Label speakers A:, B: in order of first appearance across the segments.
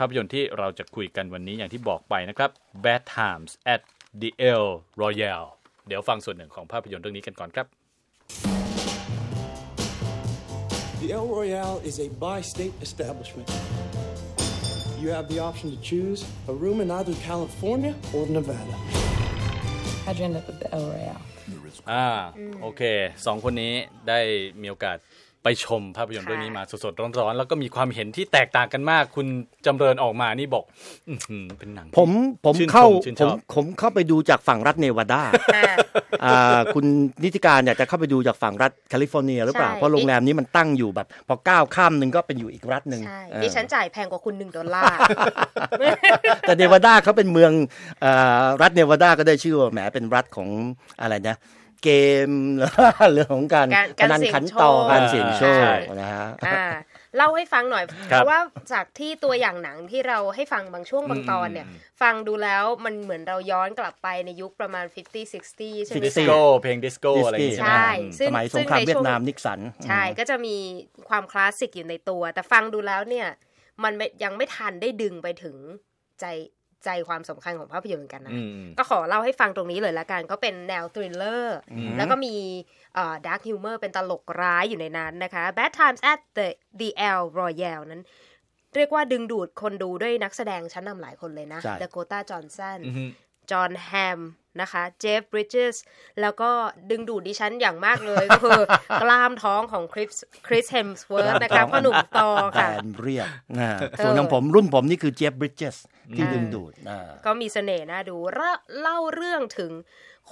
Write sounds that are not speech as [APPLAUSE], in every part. A: ภาพยนตร์ที่เราจะคุยกันวันนี้อย่างที่บอกไปนะครับ Bad Times at the El Royal เดี๋ยวฟังส่วนหนึ่งของภาพยนตร์เรื่องนี้กันก่อนครับ
B: The El Royale is a bi state establishment. You have the option to choose a room in either California or Nevada.
C: How'd you end up at the El Royale?
A: อ่าโอเคสองคนนี้ได้มีโอกาสไปชมภาพยนตร์เรื่องนี้มาสดๆร้อนๆ แล้วก็มีความเห็นที่แตกต่างกันมาก คุณจำเริญออกมานี่บอก อื้อหือเป็นหนังที่
D: ผมผม
A: ชื่นชม
D: เข้า
A: ชื่นช
D: ผม
A: อบ
D: ผมเข้าไปดูจากฝั่งรัฐเนวาดาอ่าคุณนิติการเนี่ยจะเข้าไปดูจากฝั่งรัฐแคลิฟอร์เนียหรือเปล่า
E: ใช่
D: เพราะโรงแรมนี้มันตั้งอยู่แบบ พอก้าวข้ามหนึ่งก็เป็นอยู่อีกรัฐหนึ่ง
E: ใช่
D: เออ
E: ดิฉันจ่ายแพงกว่าคุณหนึ่งดอลลาร์
D: แต่เนวาดาเขาเป็นเมืองเอ่อรัฐเนวาดาก็ได้ชื่อว่าแหมเป็นรัฐของอะไรนะเกม [LAUGHS] เรื่องของการ
E: การ
D: พนันขัน
E: การเสี่ยงโชค
D: ต่อการเสี่ยงโช
A: ใช่
D: คนะฮะ
E: อ่าเล่าให้ฟังหน่อย
A: ค
E: เพ
A: รับ
E: ราะว่าจากที่ตัวอย่างหนังที่เราให้ฟังบางช่วงบางตอนเนี่ย
A: อืม
E: ฟังดูแล้วมันเหมือนเราย้อนกลับไปในยุคประมาณ 50 60 ใช่ไหม
A: ดิส
D: 60
A: โก้
E: คะ
A: เพลงดิสโก้อะไรอย่างงี้
E: ใช่
A: ใช่ไหม
D: สมัยสงคราม
E: ซึ่งในช่วง
D: เวียดนามนิกสัน
E: ใช่ก็จะมีความคลาสสิกอยู่ในตัว แต่ฟังดูแล้วเนี่ย มันไม่ยังไม่ทันได้ดึงไปถึงใจใจความสำคัญของภาพยนตร์เหมือนกันนะ
A: อืม
E: ก็ขอเล่าให้ฟังตรงนี้เลยละกัน ก็เป็นแนวทริลเลอร์ แล้วก็มีดาร์คฮิวเมอร์เป็นตลกร้ายอยู่ในนั้นนะคะ Bad Times at the the L Royale นั้น เรียกว่าดึงดูดคนดูด้วยนักแสดงชั้นนำหลายคนเลยนะ
D: ใช่
E: ดาโกต้าจอห์นสัน
A: อืม
E: จอห์นแฮมนะคะเจฟบริดเจสแล้วก็ดึงดูดดิฉันอย่างมากเลย [LAUGHS] ก็คือกล้ามท้องของคริสคริสเฮมส์เวิร์ธนะคะพ่อหนุ่มตอ
D: แบร
E: ค่ะ
D: นด์เรียกนะส่วนของผมรุ่นผมนี่คือเจฟบริดเจสที่ดึงดูดอ่า
E: ก็มีเสน่ห์น่าดูเล่าเล่าเรื่องถึง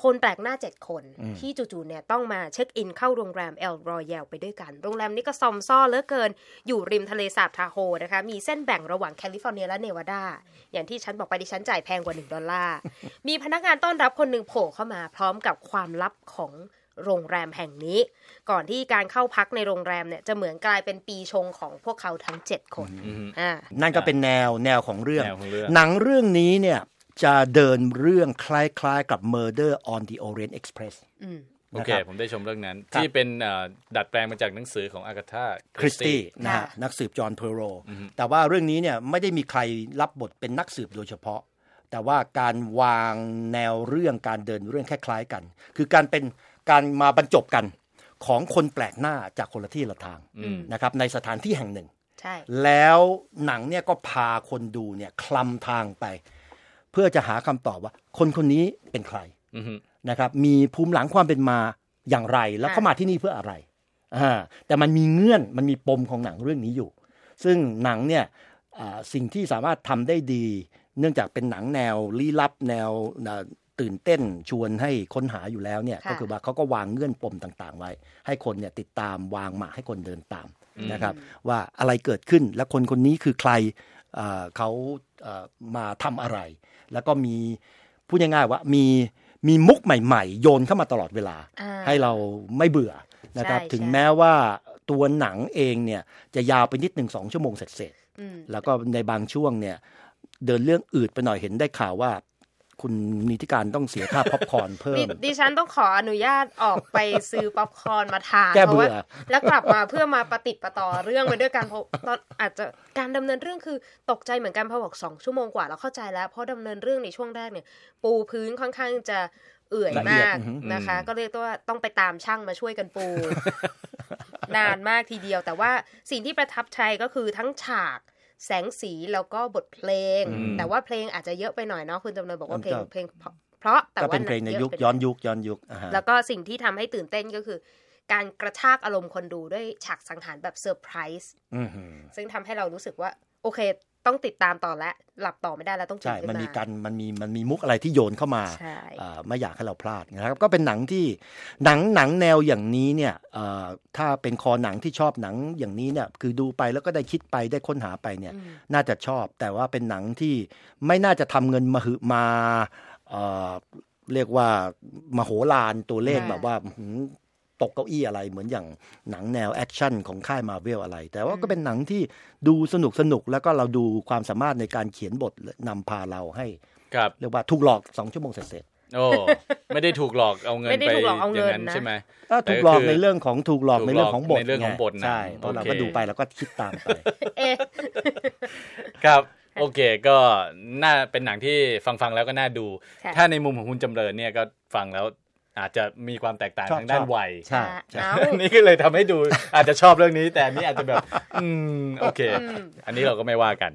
E: คนแปลกหน้าเจ็ดคน ที่จู่ๆเนี่ยต้องมาเช็คอินเข้าโรงแรมเอลรอยัลไปด้วยกัน โรงแรมนี้ก็ซอมซ่อเหลือเกิน อยู่ริมทะเลสาบทาโฮนะคะ มีเส้นแบ่งระหว่างแคลิฟอร์เนียและเนวาดา อย่างที่ฉันบอกไปดิฉันจ่ายแพงกว่า 1 ดอลลาร์ มีพนักงานต้อนรับคนหนึ่งโผล่เข้ามาพร้อมกับความลับของโรงแรมแห่งนี้ ก่อนที่การเข้าพักในโรงแรมเนี่ยจะเหมือนกลายเป็นปีชงของพวกเขาทั้งเจ็ดคนอ่า
D: นั่นก็เป็นแนวแนวของเรื่อง
A: แนวของเรื่อง
D: หนังเรื่องนี้เนี่ยจะเดินเรื่องคล้ายๆกับ Murder on the Orient Express
A: โอเค ผมได้ชมเรื่องนั้น
D: ครับ
A: ที่เป็นเอ่อดัดแปลงมาจากหนังสือของอากาธา
D: คริสตี้นะ
E: ค่ะ
D: ฮะนักสืบจอห์นเพอโรแต่ว่าเรื่องนี้เนี่ยไม่ได้มีใครรับบทเป็นนักสืบโดยเฉพาะ แต่ว่าการวางแนวเรื่องการเดินเรื่องคล้ายๆกัน คือการเป็นการมาบรรจบกันของคนแปลกหน้าจากคนละที่ละทางนะครับในสถานที่แห่งหนึ่ง
E: ใช่
D: แล้วหนังเนี่ยก็พาคนดูเนี่ยคลำทางไป เพื่อจะหาคำตอบว่า คนคนนี้เป็นใคร
A: อือฮึ
D: นะครับ มีภูมิหลังความเป็นมาอย่างไร แล้วเข้ามาที่นี่เพื่ออะไรอ่าแต่มันมีเงื่อนมันมีปมของหนังเรื่องนี้อยู่ ซึ่งหนังเนี่ยอ่าสิ่งที่สามารถทำได้ดี เนื่องจากเป็นหนังแนวลี้ลับแนวเอ่อตื่นเต้นชวนให้ค้นหาอยู่แล้วเนี่ย
E: ค่ะ
D: ก็คือว่าเขาก็วางเงื่อนปมต่างๆ ไว้ ให้คนเนี่ยติดตามวางหมากให้คนเดินตามนะครับว่าอะไรเกิดขึ้นและคนคนนี้คือใครเอ่อเขาเอ่อมาทำอะไร แล้วก็มีพูดง่ายๆว่ามีมีมุกใหม่ๆ โยนเข้ามาตลอดเวลา
E: อ่า
D: ให้เราไม่เบื่อนะครับ
E: ใช่
D: ถึง
E: ใช่
D: แม้ว่าตัวหนังเองเนี่ยจะยาวไปนิดหนึ่งสองชั่วโมงเสร็จๆ
E: อืม
D: แล้วก็ในบางช่วงเนี่ย เดินเรื่องอืดไปหน่อยเห็นได้ข่าวว่า คุณนิติการต้องเสียค่าพ็อปคอร์นเพิ่ม
E: ดิดิฉันต้องขออนุญาตออกไปซื้อป๊อปคอร์นมาทาน
D: แก้
E: เพราะ
D: เบื่
E: ว่า
D: อ
E: แล้วกลับมาเพื่อมาปฏิดประต่อเรื่องไปด้วยกันเพราะตอนอาจจะการดำเนินเรื่องคือตกใจเหมือนกันเพราะบอกสองชั่วโมงกว่าเราเข้าใจแล้ว เพราะดำเนินเรื่องในช่วงแรกเนี่ย ปูพื้นค่อนข้างจะเอื่อยมากนะคะ ก็เรียกว่าต้องไปตามช่างมาช่วยกันปู นานมากทีเดียว แต่ว่าสิ่งที่ประทับใจก็คือทั้งฉากแสงสีแล้วก็บทเพลง แต่ว่าเพลงอาจจะเยอะไปหน่อยเนาะคุณจำเนินบอกว่าเพลงเพลงเพราะเพราะแต่
D: ก็
E: ว่า
D: เป็นเพลงใน
E: อะ
D: ยุค
E: ไปหอ
D: ย้อนยุคย้อนยุคอ่าฮะ
E: แล้วก็สิ่งที่ทำให้ตื่นเต้นก็คือ การกระชากอารมณ์คนดูด้วยฉากสังหารแบบเซอร์ไพรส์
D: อือหือ
E: ซึ่งทำให้เรารู้สึกว่า โอเค ต้องติดตามต่อและ หลับต่อไม่ได้แล้วต้องตื่
D: ใช่
E: ขึ้นมา
D: มันมีการมันมีมันมีมุกอะไรที่โยนเข้ามา
E: ใช่
D: อ่าไม่อยากให้เราพลาดนะครับ ก็เป็นหนังที่หนังหนังแนวอย่างนี้เนี่ยเอ่อถ้าเป็นคอหนังที่ชอบหนังอย่างนี้เนี่ยคือดูไปแล้วก็ได้คิดไปได้ค้นหาไปเนี่ย น่าจะชอบ แต่ว่าเป็นหนังที่ไม่น่าจะทำเงินมาหึมาเอ่อเรียกว่ามโหฬารตัวเลข
E: ค่ะ
D: แบบว่าอื้อหือตกเก้าอี้อะไรเหมือนอย่างหนังแนวแอคชั่นของค่ายมาเวลอะไร แต่ว่าก็เป็นหนังที่ดูสนุกสนุกแล้วก็เราดูความสามารถในการเขียนบทนำพาเราให้
A: ครับ
D: เรียกว่าถูกหลอกสองชั่วโมงเสร็จ
A: โอ้ ไม่ได้ถูกหลอกเอาเงิน
E: ไม่ได้
A: ไป
E: ถูกหลอกเอาเงิน
A: ย่
E: นะ
A: ใช่ไหม
D: ๆก็
A: แต่
D: ถูกหลอก
A: คื
D: ในเรื่องของถูกหลอก
A: ถูกหลอก
D: ในเรื่องของบท
A: ในเรื่องของบทหนัง
D: ใช่เพราะเรา
A: โอ
D: ก็
A: เค
D: ดูไปแล้วก็คิดตามไป
E: เอ๊ะ
A: ครับ โอเค ก็น่าเป็นหนังที่ฟังฟังๆแล้วก็น่าดู
E: ค่ะ
A: ถ้าในมุมของคุณจำเริญเนี่ยก็ฟังแล้วอาจจะมีความแตกต่าง
D: ชอบ
A: ทางด้าน
D: ชอบ
A: วัย
D: ใช่ใช่
E: เอา
A: นี่ก็เลยทำให้ดูอาจจะชอบเรื่องนี้ แต่อันนี้อาจจะแบบ อืม โอเค อันนี้เราก็ไม่ว่ากัน